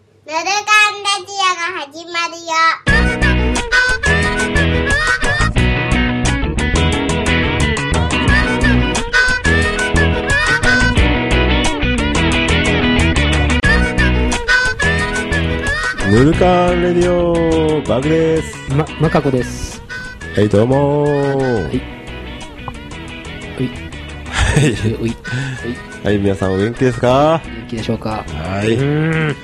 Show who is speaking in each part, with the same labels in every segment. Speaker 1: ぬるかんラジオが始まるよ。
Speaker 2: ぬるかんレディオバグです
Speaker 3: ま、まかこです。
Speaker 2: はいどうもー
Speaker 3: は
Speaker 2: は
Speaker 3: いおい、おい、おい、
Speaker 2: い、はい、皆さんお元気ですか
Speaker 3: 元気でしょうか
Speaker 2: はい
Speaker 3: ん。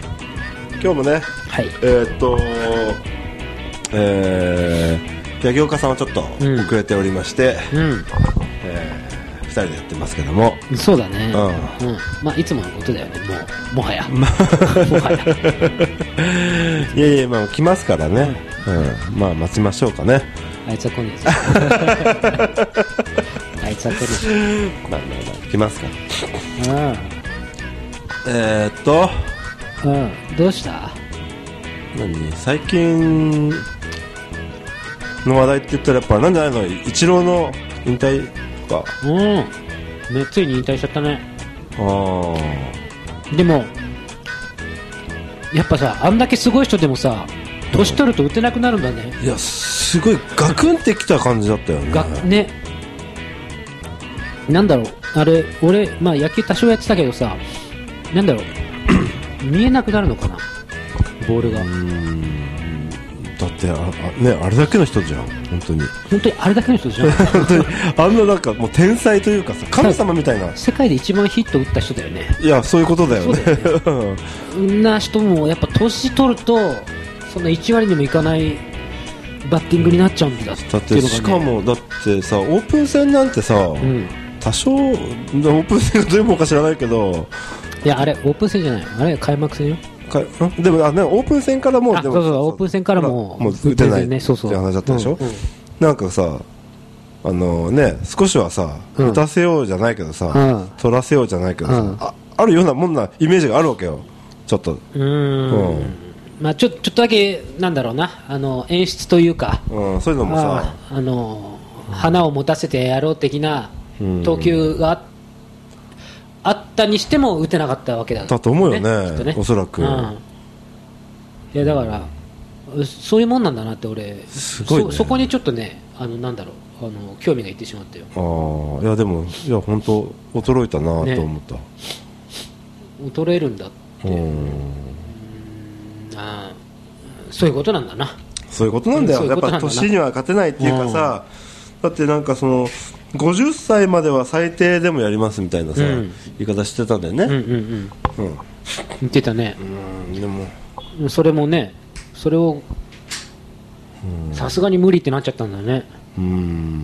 Speaker 2: 今日もね
Speaker 3: はい。
Speaker 2: えー、っとえー、八木岡さんはちょっと
Speaker 3: うん
Speaker 2: 遅れておりまして、
Speaker 3: う
Speaker 2: えー、二人でやってますけども
Speaker 3: ん。そうだね。
Speaker 2: う
Speaker 3: うん。まあ、いつものことだよね、もう。もはや。もはや。
Speaker 2: いやいやまあ来ますからねうんまあ待ちましょうかね
Speaker 3: あいつは来ねえぞ。 あいつは来ね
Speaker 2: まあまあまあ来ますから
Speaker 3: え。
Speaker 2: えー、っと
Speaker 3: うん。うん。どうした
Speaker 2: 何最近の話題って言ったらやっぱなんじゃないのイチローの引退とか
Speaker 3: うん。ね、ついに引退しちゃったね。
Speaker 2: あ
Speaker 3: でも、やっぱさ、あんだけすごい人でもさ、年取ると打てなくなるんだね。
Speaker 2: あいやすごいガクンってきた感じだったよね
Speaker 3: がねなんだろうあれ俺まあ野球多少やってたけどさなんだろう 見えなくなるのかなボールが
Speaker 2: だってああねあれだけの人じゃん本当に
Speaker 3: 本当にあれだけの人じ ゃん
Speaker 2: 本当にあんななんかもう天才というかさ神様みたいな
Speaker 3: 世界で一番ヒット打った人だよね
Speaker 2: いやそういうことだよね
Speaker 3: そう
Speaker 2: ん
Speaker 3: そんな人もやっぱ年取るとそんな1割にもいかないバッティングになっちゃうんだって
Speaker 2: だっ
Speaker 3: い
Speaker 2: て
Speaker 3: うのが、ね、
Speaker 2: しかもだってさオープン戦なんてさ、
Speaker 3: うん
Speaker 2: 多少オープン戦がどういうもんか知らないけど
Speaker 3: いやあれオープン戦じゃないあれ開幕戦よ
Speaker 2: かんでもあ、ね、オープン戦からもう
Speaker 3: あ
Speaker 2: で
Speaker 3: そう
Speaker 2: も
Speaker 3: そうオープン戦からも
Speaker 2: もう打てない
Speaker 3: 全然ねそうそう
Speaker 2: って話だったでしょ、
Speaker 3: うんうん
Speaker 2: なんかさあのね少しはさ、
Speaker 3: うん
Speaker 2: 打たせようじゃないけどさ、
Speaker 3: うん
Speaker 2: 取らせようじゃないけどさ、
Speaker 3: うん
Speaker 2: ああるようなもんなイメージがあるわけよちょっと
Speaker 3: うー
Speaker 2: うん
Speaker 3: んまあちょちょっとだけなんだろうなあの演出というか
Speaker 2: うん、そういうのもさ
Speaker 3: ああの花を持たせてやろう的な投球がああったにしても打てなかったわけだ、
Speaker 2: だと思うよね
Speaker 3: きっと
Speaker 2: おそらく
Speaker 3: うんいやだからうそういうもんなんだなって俺
Speaker 2: すごいね
Speaker 3: そそこにちょっとねあのなんだろうあの興味がいってしまったよ
Speaker 2: あーいやでもいや本当驚いたな
Speaker 3: ね
Speaker 2: と思った、
Speaker 3: 衰えるんだ
Speaker 2: うん
Speaker 3: あーそういうことなんだな
Speaker 2: そういうことなんだよ、
Speaker 3: うんそうい
Speaker 2: や
Speaker 3: う
Speaker 2: っ
Speaker 3: こと
Speaker 2: ぱ
Speaker 3: なんだな
Speaker 2: 年には勝てないっていうかさ、だってなんかその50歳までは最低でもやりますみたいなさ、
Speaker 3: うん
Speaker 2: 言い方してたんだよ
Speaker 3: うんう
Speaker 2: ね、
Speaker 3: んうん
Speaker 2: うん
Speaker 3: 言ってたね、
Speaker 2: うんでも
Speaker 3: それもね、それをさすがに無理ってなっちゃったんだね、
Speaker 2: うーん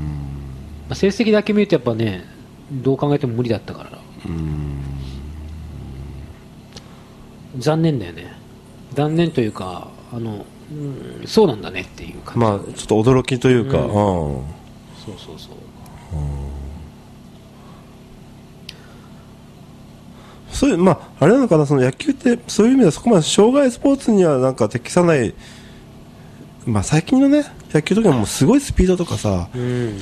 Speaker 3: まあ成績だけ見ると、やっぱね、どう考えても無理だったから、残念だよね、残念というか、あのうんそうなんだねっていう感じ、
Speaker 2: まあちょっと驚きというか、うん
Speaker 3: そうそうそう、
Speaker 2: そういうまああれなのかなその野球ってそういう意味ではそこまで障害スポーツにはなんか適さないまあ最近のね野球とかもうすごいスピードとかさ
Speaker 3: うん、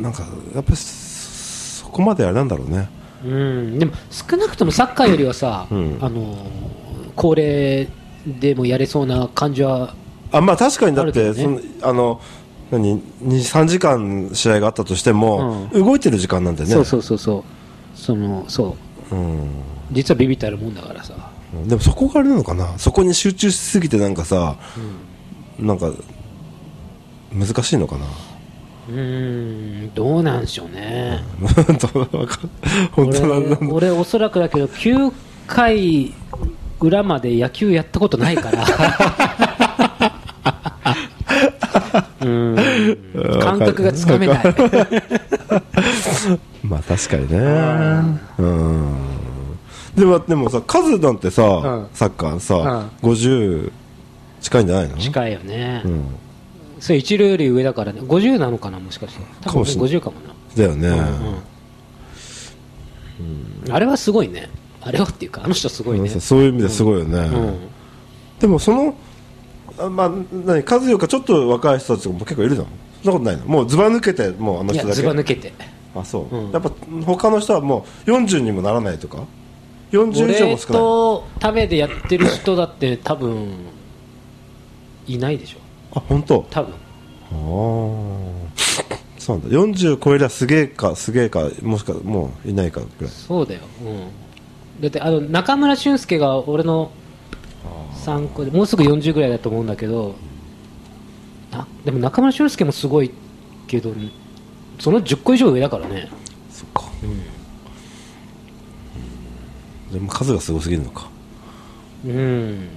Speaker 2: なんかやっぱりそそこまであれなんだろうね
Speaker 3: うん、でも少なくともサッカーよりはさ、
Speaker 2: うん
Speaker 3: あの高齢でもやれそうな感じは、
Speaker 2: あまあ確かにだっ
Speaker 3: あ
Speaker 2: て
Speaker 3: るけ
Speaker 2: そ
Speaker 3: ど
Speaker 2: の
Speaker 3: ね
Speaker 2: あの何23時間試合があったとしても、動いてる時間なんだよね
Speaker 3: そうそうそうそう、そのそう
Speaker 2: うん
Speaker 3: 実はビビったるもんだからさ、
Speaker 2: でもそこがあれなのかなそこに集中しすぎてなんかさ、なんか難しいのかな
Speaker 3: うーんどうなんでしょうね、
Speaker 2: 本当わかん本当なんだ
Speaker 3: 俺俺おそらくだけど9回裏まで野球やったことないからうーん感覚がつかめない
Speaker 2: まあ確かにねうんでもでもさ数なんてさ、
Speaker 3: うん
Speaker 2: サッカーさ、50近いんじゃないの
Speaker 3: 近いよね、
Speaker 2: うん、
Speaker 3: それ一流より上だからね50なのかなもしかして多
Speaker 2: かも
Speaker 3: 分
Speaker 2: しれない
Speaker 3: 50かもな
Speaker 2: だよね、
Speaker 3: うんあれはすごいねあれはっていうかあの人すごいね
Speaker 2: そういう意味ですごいよね、
Speaker 3: うん
Speaker 2: でもそのあまあ何数よりかちょっと若い人たちも結構いるじゃんそんなことないのもうずば抜けてもうあの人
Speaker 3: いや
Speaker 2: だけ
Speaker 3: ずば抜けて
Speaker 2: あそう、
Speaker 3: うん
Speaker 2: やっぱ他の人はもう40にもならないとか40以上
Speaker 3: 俺
Speaker 2: も少
Speaker 3: と食べでやってる人だって多分いないでしょ
Speaker 2: ないあ本当。
Speaker 3: 多分
Speaker 2: ああそうなんだ40超えりゃすげえかすげえかもしかもういないかぐらい
Speaker 3: そうだよ、うん、だってあの中村俊輔が俺の参考でもうすぐ40ぐらいだと思うんだけどなでも中村俊輔もすごいけどその10個以上上だからね
Speaker 2: そっかでも数がすごすぎるのか
Speaker 3: うん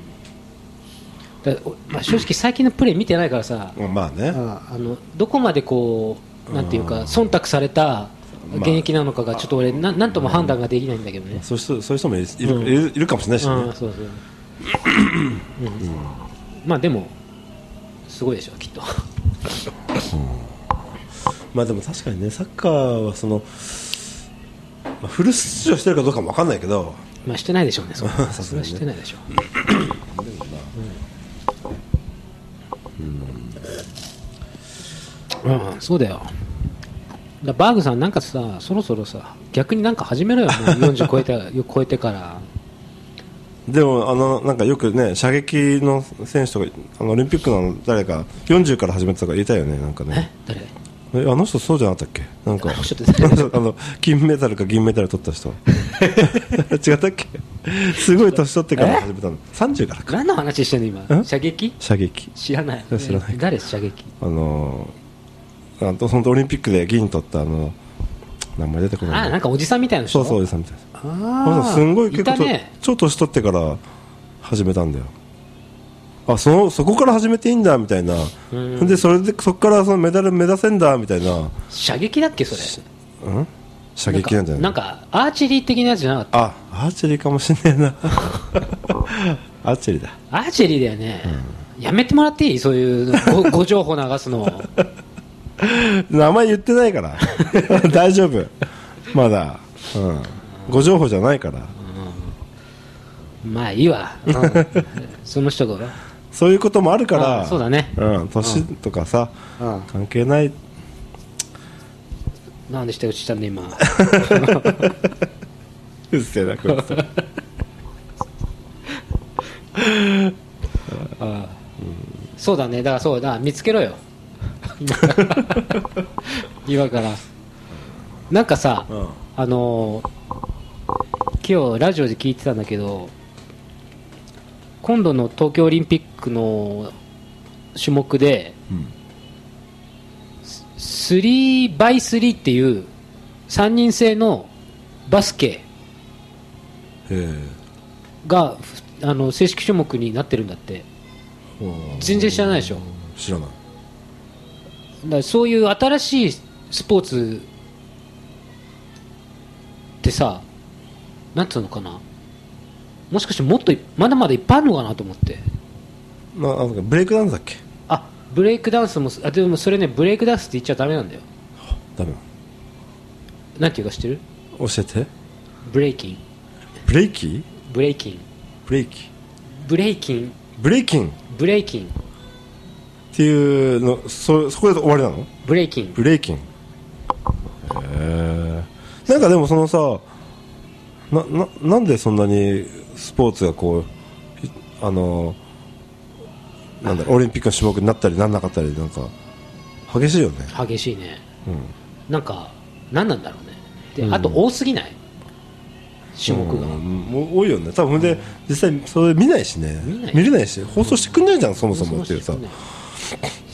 Speaker 3: だおまあ、正直最近のプレー見てないからさ、
Speaker 2: まあね
Speaker 3: ああのどこまでこうなんていうか忖度された現役なのかがちょっと俺ななんとも判断ができないんだけどね。
Speaker 2: そういう人そういう人もいるいる,、いるかもしれないし
Speaker 3: あ
Speaker 2: ね
Speaker 3: あそうそう。うんまあでもすごいでしょきっと。
Speaker 2: まあでも確かにねサッカーはその、まあ、フル出場してるかどうかもわかんないけど
Speaker 3: まあしてないでしょうね。そこ
Speaker 2: さすがにね
Speaker 3: さすがにしてないでしょう。うん、うんそうだよ。だバーグさんなんかさそろそろさ逆になんか始めろよもう40超えてよ 超えてから。
Speaker 2: でもあのなんかよくね射撃の選手とかあのオリンピックの誰か40から始めてたとか言いたいよねなんか
Speaker 3: え
Speaker 2: ね
Speaker 3: 誰
Speaker 2: えあの人そうじゃなかったっけなんか
Speaker 3: あの人って誰
Speaker 2: あ のあの金メダルか銀メダル取った人 違ったっけすごい年取ってから始めたの30からか
Speaker 3: 何の話してんの今
Speaker 2: え
Speaker 3: 射撃
Speaker 2: 射撃
Speaker 3: 知らない
Speaker 2: え知らない
Speaker 3: 誰射撃
Speaker 2: あのーあとそのオリンピックで銀取ったあの名前出てこない
Speaker 3: あなんかおじさんみたいな
Speaker 2: そ
Speaker 3: 人
Speaker 2: うそうおじさんみたいな
Speaker 3: ああ
Speaker 2: すんごい結
Speaker 3: い
Speaker 2: 構
Speaker 3: た
Speaker 2: と、
Speaker 3: ね
Speaker 2: 超年取ってから始めたんだよあそのそこから始めていいんだみたいな、
Speaker 3: うん
Speaker 2: でそれでそこからそのメダル目指せんだみたいな、
Speaker 3: 射撃だっけそれ
Speaker 2: うん、射撃なんじゃない
Speaker 3: なんかアーチェリー的なやつじゃなかった
Speaker 2: あアーチェリーかもしん ねえなアーチェリーだ
Speaker 3: アーチェリーだよね、やめてもらっていいそういうご ご情報流すの
Speaker 2: 名前言ってないから 大丈夫まだ、うん、ご情報じゃないから
Speaker 3: まあいいわ、うんその人が
Speaker 2: そういうこともあるから
Speaker 3: あそうだね
Speaker 2: うん、年とかさ、
Speaker 3: うん
Speaker 2: 関係ない
Speaker 3: なんで下打ちしたんで今
Speaker 2: うっせえなこい つ
Speaker 3: そうだねだからそうだ見つけ ろよ今から今からなんかさ、
Speaker 2: うん
Speaker 3: あのー今日ラジオで聞いてたんだけど今度の東京オリンピックの種目で、ス 3x3 っていう3人制のバスケ
Speaker 2: え
Speaker 3: がふあの正式種目になってるんだって
Speaker 2: えうん
Speaker 3: 全然知らないでしょ
Speaker 2: 知らない
Speaker 3: だからそういう新しいスポーツってさなんつうのかなもしかしてもっといまだまだいっぱいあるのかなと思って
Speaker 2: なあのブレイクダンスだっけ
Speaker 3: あブレイクダンスもあでもそれねブレイクダンスって言っちゃダメなんだよ
Speaker 2: ダメな
Speaker 3: なんていうか知ってる
Speaker 2: の教えて
Speaker 3: ブレイキン
Speaker 2: ブレイキ
Speaker 3: ブレイキン
Speaker 2: ブレイキ
Speaker 3: ブレイキン
Speaker 2: ブレイキンっ
Speaker 3: ブレイキン
Speaker 2: ていうのそそこで終わりなの
Speaker 3: ブレイキン
Speaker 2: ブレイキンへえなんかでもそのさなななんでそんなにスポーツがこういあのなんだろうオリンピックの種目になったりなんなかったりなんか激しいよね
Speaker 3: 激しいね、なんか何なんだろうねで、あと多すぎない種目が、
Speaker 2: うんもう多いよね多分で実際それ見ないしね
Speaker 3: 見ない
Speaker 2: れないし放送してくんないじゃんそもそもっていうさ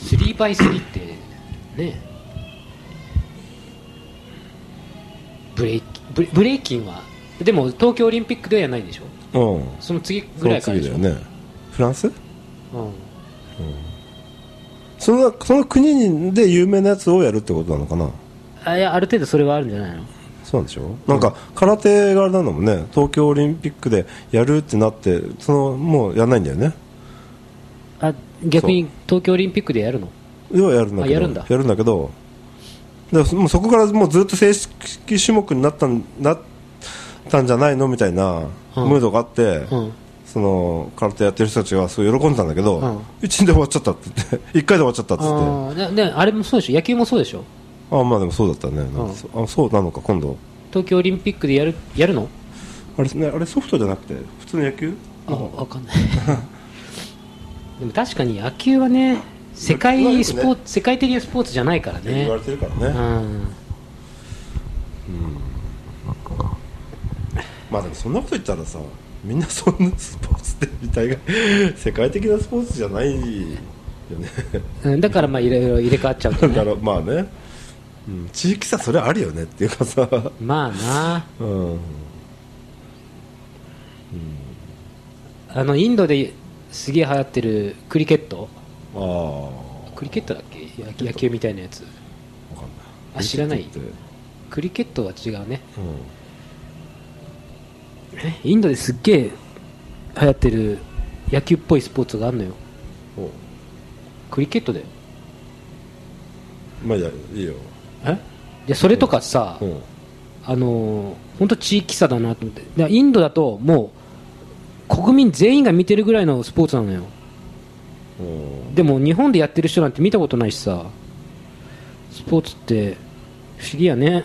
Speaker 3: 3 by 3ってねブレイキブレブレイキンはでも東京オリンピックではないんでしょ
Speaker 2: うん
Speaker 3: その次
Speaker 2: そ
Speaker 3: ぐら
Speaker 2: の
Speaker 3: いから
Speaker 2: 次
Speaker 3: で
Speaker 2: だ
Speaker 3: しょ
Speaker 2: よねフランス
Speaker 3: うん
Speaker 2: そのその国で有名なやつをやるってことなのかな
Speaker 3: あいやある程度それはあるんじゃないの
Speaker 2: そうなんでしょ、なんか空手があれなのもね東京オリンピックでやるってなってそのもうやらないんだよね
Speaker 3: あ逆に東京オリンピックでやるの
Speaker 2: 要はやるんだけど
Speaker 3: あやるんだ
Speaker 2: けどでもうそこからもうずっと正式種目になったんなったんじゃないのみたいなムードがあって、
Speaker 3: うん
Speaker 2: その空手やってる人たちがすごい喜んだんだけど、
Speaker 3: うん
Speaker 2: 一日で終わっちゃったって言って1回で終わっちゃったって言って
Speaker 3: あーねねあれもそうでしょ野球もそうでしょ
Speaker 2: あまあでもそうだったねなんかそあそうなのか今度
Speaker 3: 東京オリンピックでやるやるの
Speaker 2: あれ,、ね、あれソフトじゃなくて普通の野球
Speaker 3: あわかんないでも確かに野球はね世界スポーツ、世界的なスポーツじゃないから
Speaker 2: って言
Speaker 3: ね
Speaker 2: われてるからね、
Speaker 3: うん
Speaker 2: まあでもそんなこと言ったらさみんなそんなスポーツってみたいが 世界的なスポーツじゃないよ ね
Speaker 3: うんだからまあいろいろ入れ替わっちゃうんだ
Speaker 2: だ
Speaker 3: ね
Speaker 2: からまあね、うん、地域差それあるよねっていうかさ
Speaker 3: まあな
Speaker 2: うん
Speaker 3: あのインドですげえ流行ってるクリケット
Speaker 2: ああわ
Speaker 3: クリケットだっけ野野球みたいなやつ
Speaker 2: かんない
Speaker 3: あ知らない
Speaker 2: ってうん
Speaker 3: クリケットは違うねえインドですっげえ流行ってる野球っぽいスポーツがあるのよ
Speaker 2: お
Speaker 3: クリケットだよ
Speaker 2: まあいいやいいよ
Speaker 3: えでそれとかさ、
Speaker 2: うん
Speaker 3: あの本当地域差だなと思ってでインドだともう国民全員が見てるぐらいのスポーツなのよ
Speaker 2: うん
Speaker 3: でも日本でやってる人なんて見たことないしさスポーツって不思議やね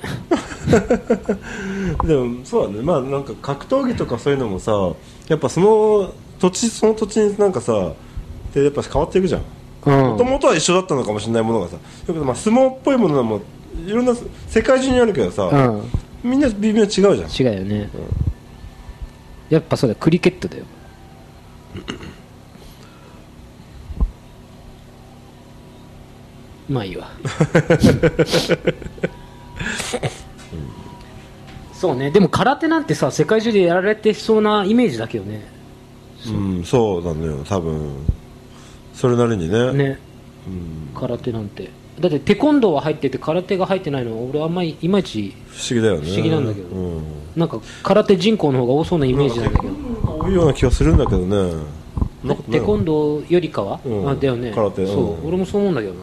Speaker 2: でもそうだねまあなんか格闘技とかそういうのもさやっぱその土地その土地になんかさでやっぱ変わっていくじゃん
Speaker 3: うん
Speaker 2: もともとは一緒だったのかもしれないものがさ、やっぱまあ相撲っぽいものもいろんな世界中にあるけど
Speaker 3: う
Speaker 2: さ、
Speaker 3: ん
Speaker 2: みんな微妙に違うじゃん。
Speaker 3: 違うよね、やっぱそうだクリケットだよまあいいわそうねでも空手なんてさ世界中でやられてそうなイメージだけどね
Speaker 2: うん、そうなのよ、多分それなりにね。
Speaker 3: ね、空手なんてだってテコンドーは入ってて空手が入ってないの俺あんまりいまいち
Speaker 2: 不思議だよね。
Speaker 3: 不思議なんだけど
Speaker 2: うん、
Speaker 3: なんか空手人口の方が多そうなイメージなんだけど
Speaker 2: 多いような気がするんだけどね。そんなことない
Speaker 3: テコンドーよりかは、
Speaker 2: うん
Speaker 3: あだよね
Speaker 2: 空手うん
Speaker 3: そう俺もそう思うんだけどな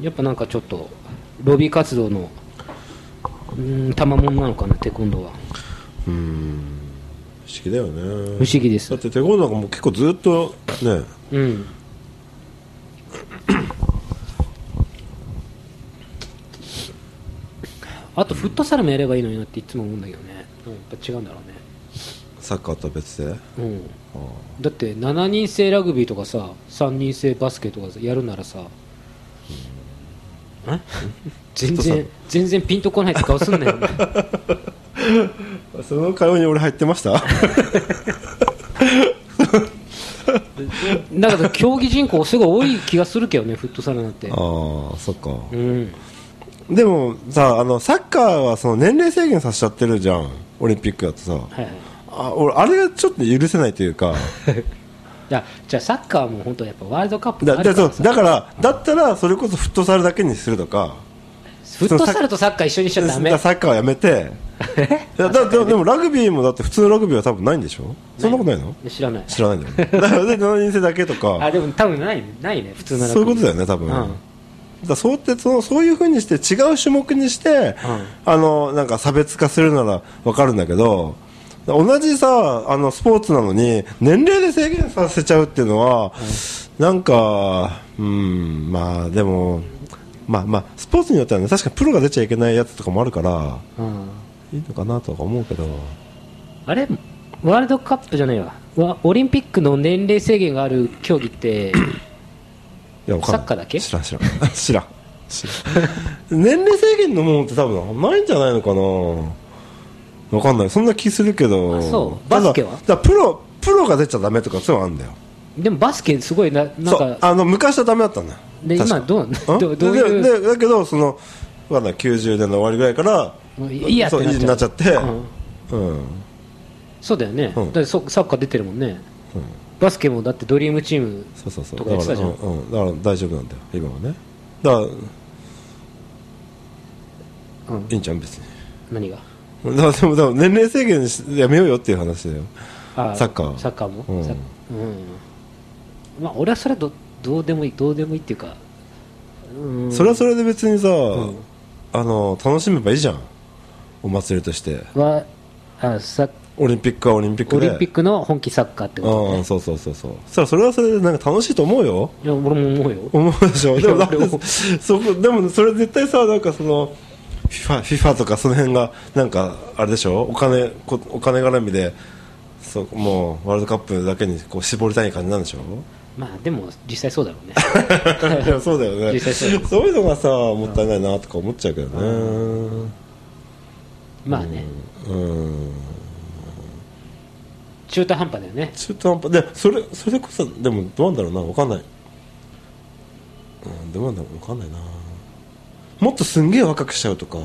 Speaker 3: やっぱなんかちょっとロビー活動のうーん賜物なのかなテコンドーは
Speaker 2: うん、不思議だよね。
Speaker 3: 不思議です
Speaker 2: だってテコンドーなんかもう結構ずっとね、
Speaker 3: うんあとフットサルもやればいいのになっていつも思うんだけどね、うん、やっぱ違うんだろ
Speaker 2: サッカーとは別で。
Speaker 3: うね、うん、だって7人制ラグビーとかさ3人制バスケとかさやるならさえ全然全然ピンとこないって顔すんな よ
Speaker 2: その会話に俺入ってました
Speaker 3: だから競技人口すごい多い気がするけどねフットサルなんて
Speaker 2: ああ、そっか。
Speaker 3: うん
Speaker 2: でもさあのサッカーはその年齢制限させちゃってるじゃんオリンピックだとさ
Speaker 3: はいはい
Speaker 2: あ俺あれがちょっと許せないという か
Speaker 3: じゃあじゃあサッカーはもう本当やっぱワールドカップが
Speaker 2: だ
Speaker 3: あ
Speaker 2: だ
Speaker 3: るか
Speaker 2: そ
Speaker 3: ら
Speaker 2: う
Speaker 3: さ
Speaker 2: だからだったらそれこそフットサルだけにするとか
Speaker 3: フットサルとサッカー一緒にしちゃダメ
Speaker 2: だサッカーはやめていやだだでもラグビーもだって普通のラグビーは多分ないんでしょそんなことないの
Speaker 3: 知らない
Speaker 2: 知らないんだよねだからで7人制だけと
Speaker 3: あ
Speaker 2: か
Speaker 3: でも多分ないないね普通なら
Speaker 2: そういうことだよね多分、
Speaker 3: うん
Speaker 2: だからそうやってそのそういうふうにして違う種目にして、あのなんか差別化するならわかるんだけど同じさあのスポーツなのに年齢で制限させちゃうっていうのは、なんかうんまあでもまあまあスポーツによってはね確かにプロが出ちゃいけないやつとかもあるから
Speaker 3: うん
Speaker 2: いいのかなとか思うけど
Speaker 3: あれワールドカップじゃないわわオリンピックの年齢制限がある競技って
Speaker 2: いやわかんない
Speaker 3: サッカーだけ
Speaker 2: 知らん 知らん知らん知らん年齢制限のものって多分ないんじゃないのかなわかんないそんな気するけど
Speaker 3: あそう
Speaker 2: ただ
Speaker 3: バスケは
Speaker 2: だからプロプロが出ちゃダメとかそういうのあるんだよ
Speaker 3: でもバスケすごいなな
Speaker 2: そ
Speaker 3: ん
Speaker 2: う
Speaker 3: か
Speaker 2: あの昔はダメだったんだよ
Speaker 3: で
Speaker 2: 確か
Speaker 3: 今ど
Speaker 2: う
Speaker 3: う
Speaker 2: ん
Speaker 3: どうどういう
Speaker 2: ででだけどそのわかんない90年の終わりぐらいから
Speaker 3: もういいやって
Speaker 2: そう
Speaker 3: なっちゃう
Speaker 2: いいなっちゃって
Speaker 3: うん
Speaker 2: うん
Speaker 3: そうだよね、
Speaker 2: うん
Speaker 3: だってそサッカー出てるもんね、バスケもだってドリームチーム
Speaker 2: そうそうそう
Speaker 3: とかやってたじゃん
Speaker 2: だから,、うん、だから大丈夫なんだよ今はねだから、
Speaker 3: うん
Speaker 2: いいんじゃん別に
Speaker 3: 何が
Speaker 2: だからでもでも年齢制限しやめようよっていう話だよ
Speaker 3: あ
Speaker 2: サッカー
Speaker 3: サッカーも、
Speaker 2: うん
Speaker 3: サッうんまあ俺はそれはどどうでもいいどうでもいいっていうかうん
Speaker 2: それはそれで別にさ、あの楽しめばいいじゃんお祭りとして
Speaker 3: はあサッ
Speaker 2: オリンピックはオリンピック
Speaker 3: オ
Speaker 2: で
Speaker 3: リンピックの本気サッカーってこと
Speaker 2: うんそうそうそうそうそしたらそれはそれでなんか楽しいと思うよ
Speaker 3: いや俺も思うよ
Speaker 2: 思うでしょ
Speaker 3: い
Speaker 2: で
Speaker 3: や
Speaker 2: もだって
Speaker 3: 俺も
Speaker 2: そこでもそれ絶対さなんかその FIFA, FIFA とかその辺がなんかあれでしょお金こお金絡みでそうもうワールドカップだけにこう絞りたい感じなんでしょ
Speaker 3: まあでも実際そうだろ うね
Speaker 2: いやそうだよね
Speaker 3: 実際そう
Speaker 2: そういうのがさもったいないなとか思っちゃうけどね
Speaker 3: まあね
Speaker 2: うん
Speaker 3: 中途半端だよね
Speaker 2: 中途半端でそれそれこそでもどうなんだろうなわかんない、うん、どうなんだろうわかんないなもっとすんげえ若くしちゃうとか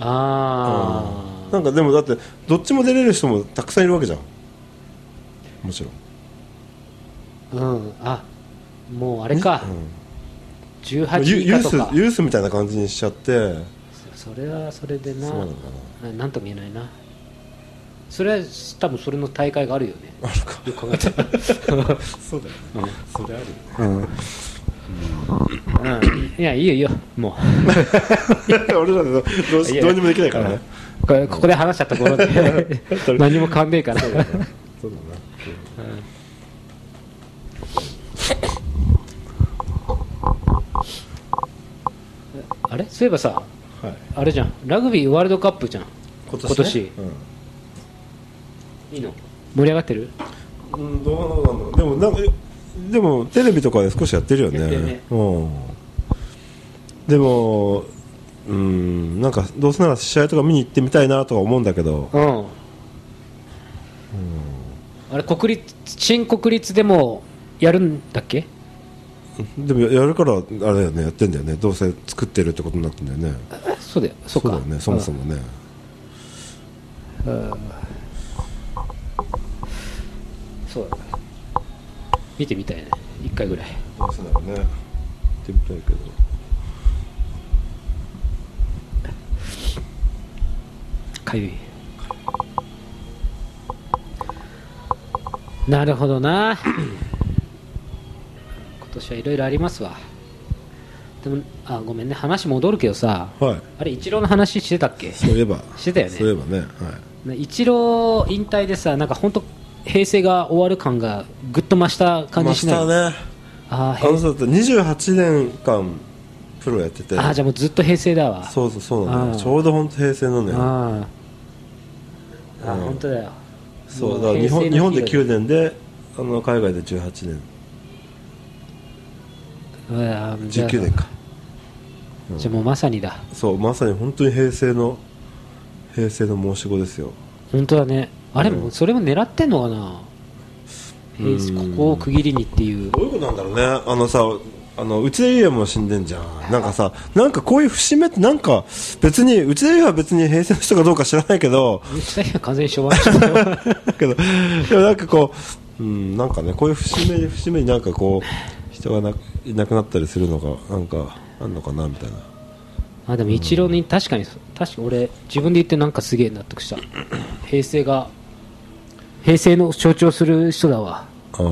Speaker 3: ああ
Speaker 2: なんかでもだってどっちも出れる人もたくさんいるわけじゃんもちろん
Speaker 3: うんあもうあれか、18
Speaker 2: ユ
Speaker 3: 以
Speaker 2: ユー
Speaker 3: 下と
Speaker 2: ス
Speaker 3: か
Speaker 2: ユースみたいな感じにしちゃって
Speaker 3: それはそれでな
Speaker 2: そうなのか
Speaker 3: ななんとも言えないなそれは多分それの大会があるよね
Speaker 2: なあるか
Speaker 3: よく考えたら
Speaker 2: そうだよね、それあるよね
Speaker 3: うんいやいいよいいよも
Speaker 2: 俺らどうし
Speaker 3: いやいや
Speaker 2: どうにもできないからね
Speaker 3: うこれここで話したところで何も変わんねえから
Speaker 2: そうだな
Speaker 3: あれそういえばさ
Speaker 2: はい
Speaker 3: あれじゃんラグビーワールドカップじゃん
Speaker 2: 今
Speaker 3: 今年いいの盛り上がってる
Speaker 2: うん、うん、どうなんだろうでもなんかでもテレビとかで少しやってるよね
Speaker 3: やってるね
Speaker 2: うんでもうんなんかどうせなら試合とか見に行ってみたいなとは思うんだけど
Speaker 3: うんあれ国立新国立でもやるんだっけ
Speaker 2: でもやるからあれだよねやってんだよねどうせ作ってるってことになってんだよね
Speaker 3: そうだよそうか
Speaker 2: だよねそもそもね
Speaker 3: うんそうだね見てみたいね一回ぐらい
Speaker 2: どうせならねやってみたいけど
Speaker 3: かゆいなるほど な今年はいろいろありますわでもあごめんね話戻るけどさ
Speaker 2: はい
Speaker 3: あれ一郎の話してたっけ
Speaker 2: そういえば
Speaker 3: してたよね
Speaker 2: そういえばねはい
Speaker 3: ね一郎引退でさなんか本当平成が終わる感がぐっと増した感じしない、
Speaker 2: まあしたね
Speaker 3: あー
Speaker 2: あ
Speaker 3: 平
Speaker 2: の人だって28年間プロやってて
Speaker 3: あーじゃあもうずっと平成だわ
Speaker 2: そうそうそうなんだよ
Speaker 3: あー
Speaker 2: ちょうど本当平成なのよ
Speaker 3: あーあー本当だよ
Speaker 2: そ
Speaker 3: も
Speaker 2: うだから日本
Speaker 3: 平
Speaker 2: 日
Speaker 3: 成の
Speaker 2: 本
Speaker 3: 日
Speaker 2: で
Speaker 3: よ
Speaker 2: 9年であの海外で18年
Speaker 3: うわーじゃあ
Speaker 2: 19年か
Speaker 3: じゃあもうまさにだ
Speaker 2: そうまさに本当に平成の平成の申し子ですよ
Speaker 3: 本当だねあれもそれも狙ってんのかな、平成ここを区切りにっていう
Speaker 2: どういうことなんだろうねあのさあの内田裕也も死んでんじゃんなんかさなんかこういう節目ってなんか別に内田裕也は別に平成の人かどうか知らないけ ど
Speaker 3: 内田は完全に昭和の人 だよ
Speaker 2: だけどでもなんかこう、うん、なんかねこういう節目に節目になんかこう人がないなくなったりするのがなんかあんのかなみたいな
Speaker 3: あでも一郎に確かに確か俺自分で言ってなんかすげえ納得した平成が平成の象徴する人だわ
Speaker 2: あ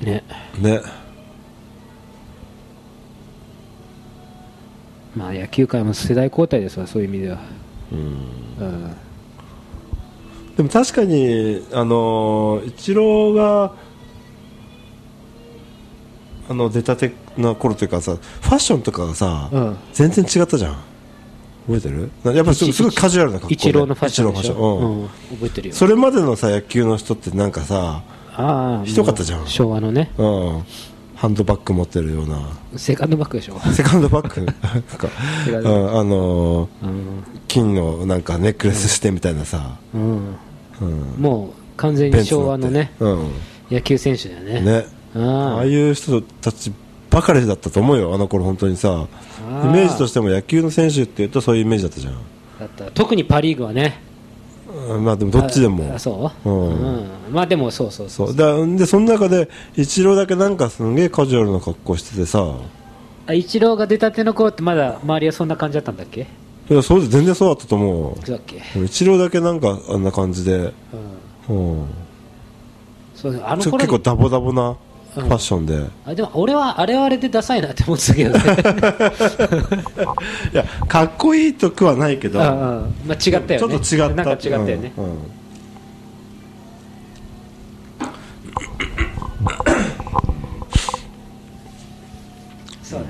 Speaker 3: ね
Speaker 2: ーね
Speaker 3: まあ野球界も世代交代ですわそういう意味ではうん
Speaker 2: でも確かにあのーイチローがあの出たての頃というかさファッションとかがさ、
Speaker 3: うん
Speaker 2: 全然違ったじゃん覚えてるなやっぱすごいすごいカジュアルな格好で
Speaker 3: 一郎のファッション
Speaker 2: イ
Speaker 3: で
Speaker 2: チ
Speaker 3: し
Speaker 2: ローの
Speaker 3: ょ、
Speaker 2: ファッションうん
Speaker 3: うん、覚えてるよ
Speaker 2: それまでのさ野球の人ってなんかさ、
Speaker 3: ああ
Speaker 2: ひどかったじゃん
Speaker 3: もう昭和のね
Speaker 2: うん、ハンドバッグ持ってるような
Speaker 3: セカンドバックでしょ、
Speaker 2: セカンドバ ッグなんか、
Speaker 3: セカンドバッ
Speaker 2: う
Speaker 3: グ
Speaker 2: ん、あのー
Speaker 3: うん
Speaker 2: 金のなんかネックレスしてみたいなさ、
Speaker 3: うん、
Speaker 2: うん、
Speaker 3: もう完全
Speaker 2: ベン
Speaker 3: に
Speaker 2: ツ乗って
Speaker 3: 昭和のね
Speaker 2: うん、
Speaker 3: 野球選手だよね
Speaker 2: ねあ
Speaker 3: あ
Speaker 2: あ
Speaker 3: あ
Speaker 2: いう人たちばかりだったと思うよあの頃本当にさ
Speaker 3: あー
Speaker 2: イメージとしても野球の選手っていうとそういうイメージだったじゃん
Speaker 3: だった特にパ・リーグはね
Speaker 2: うんまあでもどっちでも
Speaker 3: あそう、
Speaker 2: うん
Speaker 3: んまあでもそうそうそう
Speaker 2: そうだでその中でイチローだけなんかすんげえカジュアルな格好しててさ
Speaker 3: あイチローが出たての頃ってまだ周りはそんな感じだったんだっけ
Speaker 2: いやそうで全然そうだったと思
Speaker 3: そうだっけ、
Speaker 2: うイチローだけなんかあんな感じで、
Speaker 3: うん、
Speaker 2: うん、
Speaker 3: そうあの
Speaker 2: ちょ
Speaker 3: 頃
Speaker 2: 結構ダボダボなフ
Speaker 3: うん
Speaker 2: ァッションで、
Speaker 3: あでも俺はあれはあれでダサいなって思ってたけどね
Speaker 2: いやかっこいいとくはないけ
Speaker 3: う
Speaker 2: ど、
Speaker 3: んうんまあ違ったよね
Speaker 2: ちょっと違った
Speaker 3: なんか違ったよね、
Speaker 2: うんうん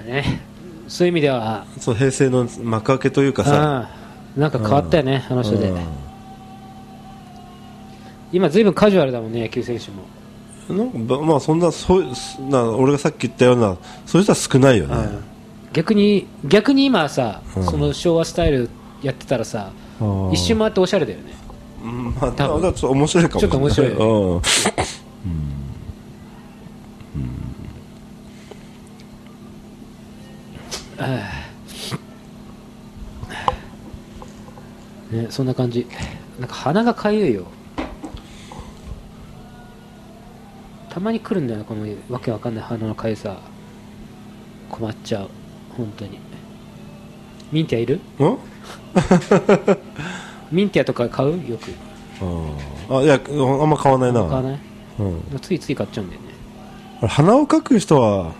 Speaker 3: ねそういう意味では
Speaker 2: そう平成の幕開けというかさ、
Speaker 3: うんなんか変わったよね、あの人で、
Speaker 2: う
Speaker 3: 今ずいぶんカジュアルだもんね野球選手も、
Speaker 2: んなんかばまあそんなそうすな俺がさっき言ったようなそういう人は少ないよね、
Speaker 3: 逆に逆に今さ、
Speaker 2: うん
Speaker 3: その昭和スタイルやってたらさ
Speaker 2: あー
Speaker 3: 一周回っておしゃれだよね
Speaker 2: うんまあ、
Speaker 3: 多分
Speaker 2: だからちょっと面白いかもしれない
Speaker 3: ちょっと面
Speaker 2: 白い、うん
Speaker 3: ねそんな感じなんか鼻がかゆいよたまに来るんだよなこのわけわかんない鼻のかゆさ困っちゃう本当にミンティアいる
Speaker 2: うん
Speaker 3: ミンティアとか買うよく
Speaker 2: あいやあんま買わないな
Speaker 3: 買わない
Speaker 2: うん、
Speaker 3: ついつい買っちゃうんだよね
Speaker 2: あれ鼻をかく人は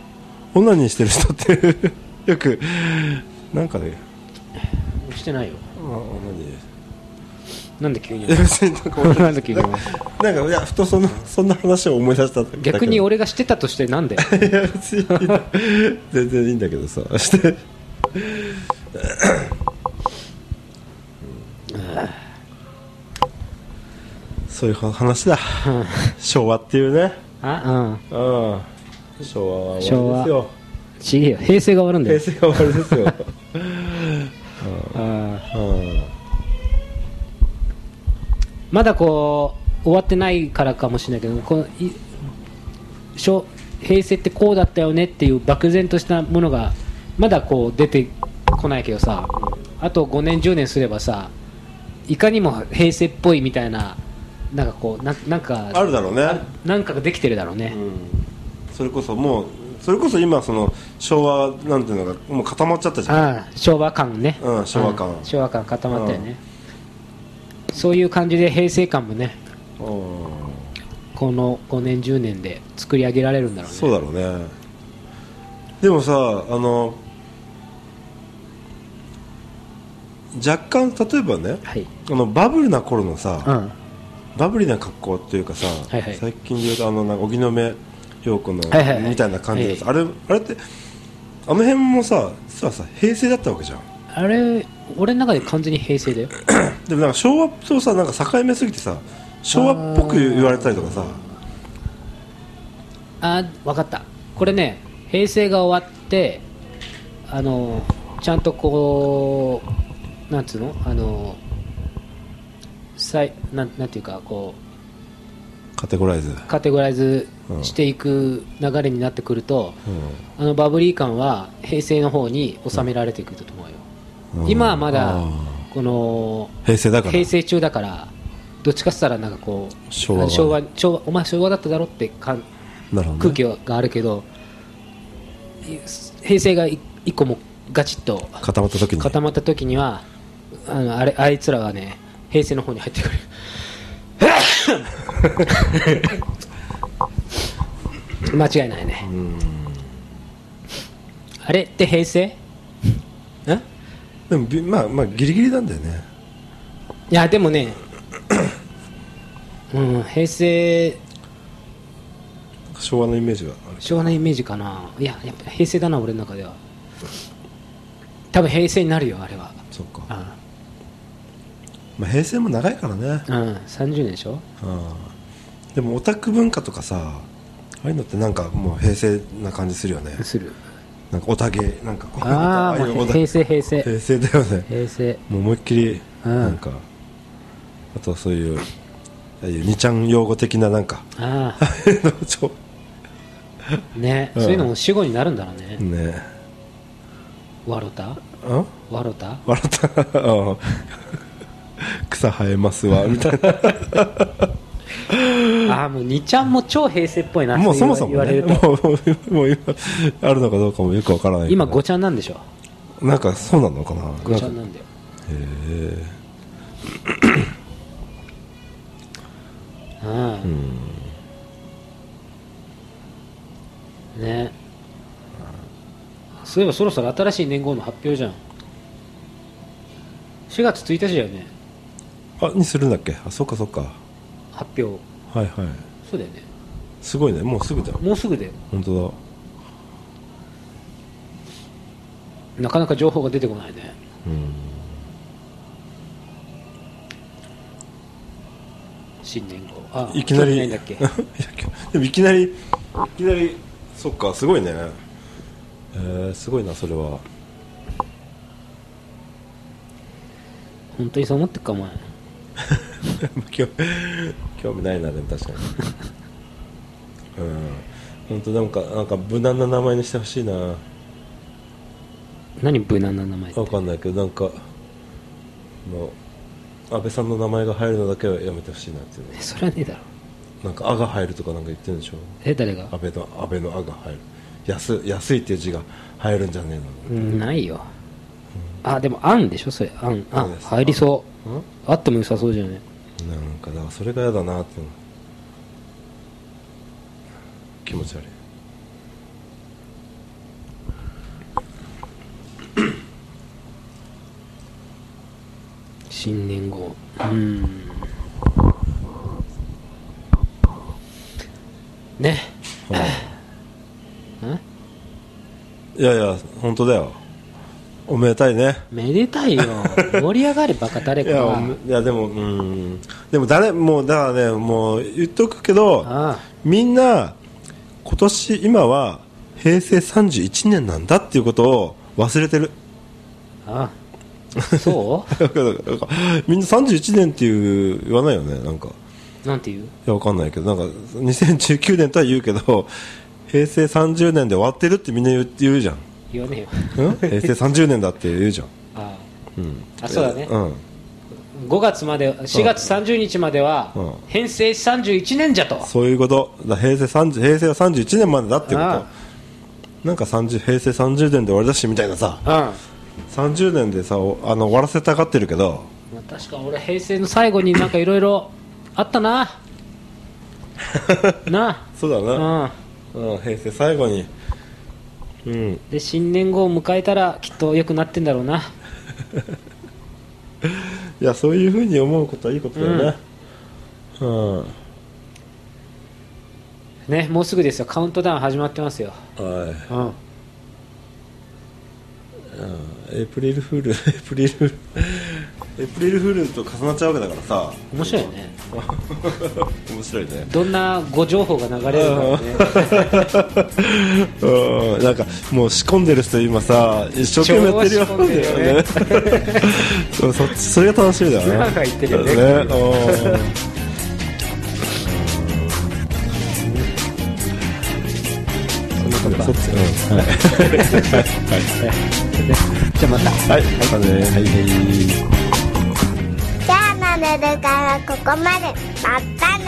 Speaker 2: オナニーしてる人って よくなんかね
Speaker 3: してないよ
Speaker 2: あオナ ニー
Speaker 3: なんで急に
Speaker 2: い や別になんか俺
Speaker 3: なんで急に
Speaker 2: なんかいやふとそのそんな話を思い出しただけだけど
Speaker 3: 逆に俺がしてたとしてなん で
Speaker 2: いや別にいいな全然いいんだけどさしてそういう話だ昭和っていうね
Speaker 3: あ
Speaker 2: うん昭和は終わりですよ
Speaker 3: うんちげえよ平成が終わるんだ
Speaker 2: 平
Speaker 3: よ
Speaker 2: 成が終わりですよ、
Speaker 3: ああ
Speaker 2: うん
Speaker 3: まだこう終わってないからかもしれないけどこのい昭平成ってこうだったよねっていう漠然としたものがまだこう出てこないけどさあと5年10年すればさいかにも平成っぽいみたいななんかこうななんか
Speaker 2: あるだろうね
Speaker 3: なんかができてるだろうね、
Speaker 2: それこそもうそれこそ今その昭和なんていうのがもう固まっちゃったじゃん
Speaker 3: ああ昭和感ね、
Speaker 2: うん昭和感
Speaker 3: ああ昭和感固まったよね、そういう感じで平成感もね
Speaker 2: うん
Speaker 3: この5年10年で作り上げられるんだろうね
Speaker 2: そうだろうねでもさあの若干例えばね
Speaker 3: はい、
Speaker 2: あのバブルな頃のさ、
Speaker 3: うん、は
Speaker 2: バブリーな格好っていうかさ、
Speaker 3: はいはい
Speaker 2: 最近で言うとあのなんか荻野目洋子の、
Speaker 3: はいはいはい
Speaker 2: みたいな感じでさ、あれあれってあの辺もさ実はさ平成だったわけじゃん
Speaker 3: あれ俺の中で完全に平成だよ
Speaker 2: でもなんか昭和とさなんか境目すぎてさ昭和っぽく言われたりとかさ
Speaker 3: あ分かったこれね平成が終わってあのちゃんとこうなんつうのあのさいなんなんていうかこう
Speaker 2: カテゴライズ、うん、
Speaker 3: カテゴライズしていく流れになってくると、あのバブリー感は平成の方に収められていくと思うよ、
Speaker 2: うん
Speaker 3: 今はまだ
Speaker 2: あ
Speaker 3: この
Speaker 2: 平成だから
Speaker 3: 平成中だからどっちかっつったらなんかこう
Speaker 2: 昭和が
Speaker 3: 昭和昭和お前昭和だっただろってかん
Speaker 2: なるほど、
Speaker 3: 空
Speaker 2: ね、
Speaker 3: 気があるけど、い平成がい一個もガチッと
Speaker 2: 固まった時に
Speaker 3: 固まった時にはあのあれあいつらはね平成の方に入ってく る間違いないねあれって平 成ん
Speaker 2: でもびまあまあギリギリなんだよね
Speaker 3: いやでもね うん平成
Speaker 2: 昭和のイメージがある
Speaker 3: 昭和のイメージかないややっぱ平成だな俺の中では多分平成になるよあれは
Speaker 2: そうか、
Speaker 3: あ
Speaker 2: まあ、平成も長いからね、
Speaker 3: うん30年でしょ
Speaker 2: うん、でもオタク文化とかさああいうのってなんかもう平成な感じするよね
Speaker 3: する
Speaker 2: なんかオタゲなんかこう
Speaker 3: ああ
Speaker 2: なんかああいう
Speaker 3: も
Speaker 2: オ
Speaker 3: う
Speaker 2: タ
Speaker 3: 平成平成
Speaker 2: 平成だよね
Speaker 3: 平成
Speaker 2: もう思いっきり
Speaker 3: うん
Speaker 2: なんか、あとそういうああいう二ちゃん用語的ななんか
Speaker 3: あ
Speaker 2: ああいうのちょ
Speaker 3: あ ね、
Speaker 2: うん
Speaker 3: そういうのも死後になるんだろうね、
Speaker 2: ね
Speaker 3: わろた
Speaker 2: あ
Speaker 3: わろた
Speaker 2: 笑ったうん 草生えますわみたいな
Speaker 3: ああもう2ちゃんも超平成っぽいな
Speaker 2: もう
Speaker 3: て
Speaker 2: そもそも,、
Speaker 3: 言われ
Speaker 2: ね、
Speaker 3: ると
Speaker 2: もうもうもう今あるのかどうかもよくわからないけど
Speaker 3: 今5ちゃんなんでしょ
Speaker 2: なんかそうなのかな
Speaker 3: 5ちゃん
Speaker 2: なんか
Speaker 3: なんだよ
Speaker 2: へえ
Speaker 3: うん、ねそういえばそろそろ新しい年号の発表じゃん4月1日だよね
Speaker 2: あにするんだっけあそっかそっか
Speaker 3: 発表
Speaker 2: はいはい
Speaker 3: そうだよね
Speaker 2: すごいねもうすぐだよ
Speaker 3: もうすぐだよ
Speaker 2: 本当だ
Speaker 3: なかなか情報が出てこないね新年号あ
Speaker 2: いきなり
Speaker 3: 興味ないんだっけ
Speaker 2: でもいきなりいきなりそっかすごいねえー、すごいなそれは
Speaker 3: 本当にそう思ってっかお前
Speaker 2: 興興味ないなでも確かにうん本当なんかなんか無難な名前にしてほしいな
Speaker 3: 何無難な名前って
Speaker 2: わかんないけどなんかもう安倍さんの名前が入るのだけはやめてほしいなっていうね
Speaker 3: それはねえだろ
Speaker 2: なんか「あ」が入るとかなんか言ってるんでしょ
Speaker 3: え誰が
Speaker 2: 安倍の「安倍の「あ」が入る安安いっていう字が入るんじゃねえの
Speaker 3: うんないよあでもあんでしょそれあんあ
Speaker 2: そうです
Speaker 3: 入りそうあっても良さそうじゃない
Speaker 2: なんかだからそれが嫌だなって思う気持ち悪い
Speaker 3: 新年号うんねうん
Speaker 2: いやいや本当だよおめでたいね
Speaker 3: めでたい よ盛り上がれバカ誰
Speaker 2: い
Speaker 3: か
Speaker 2: やお
Speaker 3: が
Speaker 2: めいやでもうんでも誰もうだからねもう言っとくけど
Speaker 3: あ
Speaker 2: みんな今年今は平成31年なんだっていうことを忘れてる
Speaker 3: ああそ
Speaker 2: なんかなんかみんな31年っていう言わないよねなんか
Speaker 3: うなんていう
Speaker 2: いやわかんないけどなんか2019年とは言うけど平成30年で終わってるってみんな言う言うじゃん
Speaker 3: 言わねえよ
Speaker 2: ん平成30年だって言うじゃん、
Speaker 3: あ
Speaker 2: うん、
Speaker 3: あそうだね
Speaker 2: うん
Speaker 3: 5月まで4月30日までは
Speaker 2: うん
Speaker 3: 平成31年じゃと
Speaker 2: そういうことだ平成30平成は31年までだってこと
Speaker 3: あ
Speaker 2: なんか30平成30年で終わりだしみたいなさ
Speaker 3: うんま
Speaker 2: 30年でさおあの終わらせたがってるけど
Speaker 3: あ確か俺平成の最後になんかいろいろ あった なな
Speaker 2: そうだ
Speaker 3: あ
Speaker 2: な、
Speaker 3: うん
Speaker 2: うん、平成最後にうん
Speaker 3: で新年号を迎えたらきっと良くなってんだろうない
Speaker 2: やそういうふうに思うことはいいことだよねうん、
Speaker 3: ねもうすぐですよカウントダウン始まってますよ
Speaker 2: はい
Speaker 3: うん
Speaker 2: エイプリルフール エイプリルフールエイプリルフールと重なっちゃうわけだからさ
Speaker 3: 面白いよね
Speaker 2: 面白いね
Speaker 3: どんなご情報が流れるかね
Speaker 2: うんなんかもう仕込んでる人今さ一生懸命やってるよ
Speaker 3: 超仕込んでるよね
Speaker 2: そうそっちそれが楽しみだよね
Speaker 3: なんか言ってるよね
Speaker 2: ねうん
Speaker 3: そんなことか
Speaker 2: そっちうん はい
Speaker 3: じゃあまた
Speaker 2: はいまたねはい
Speaker 1: じゃあのぬるからここまで。まったね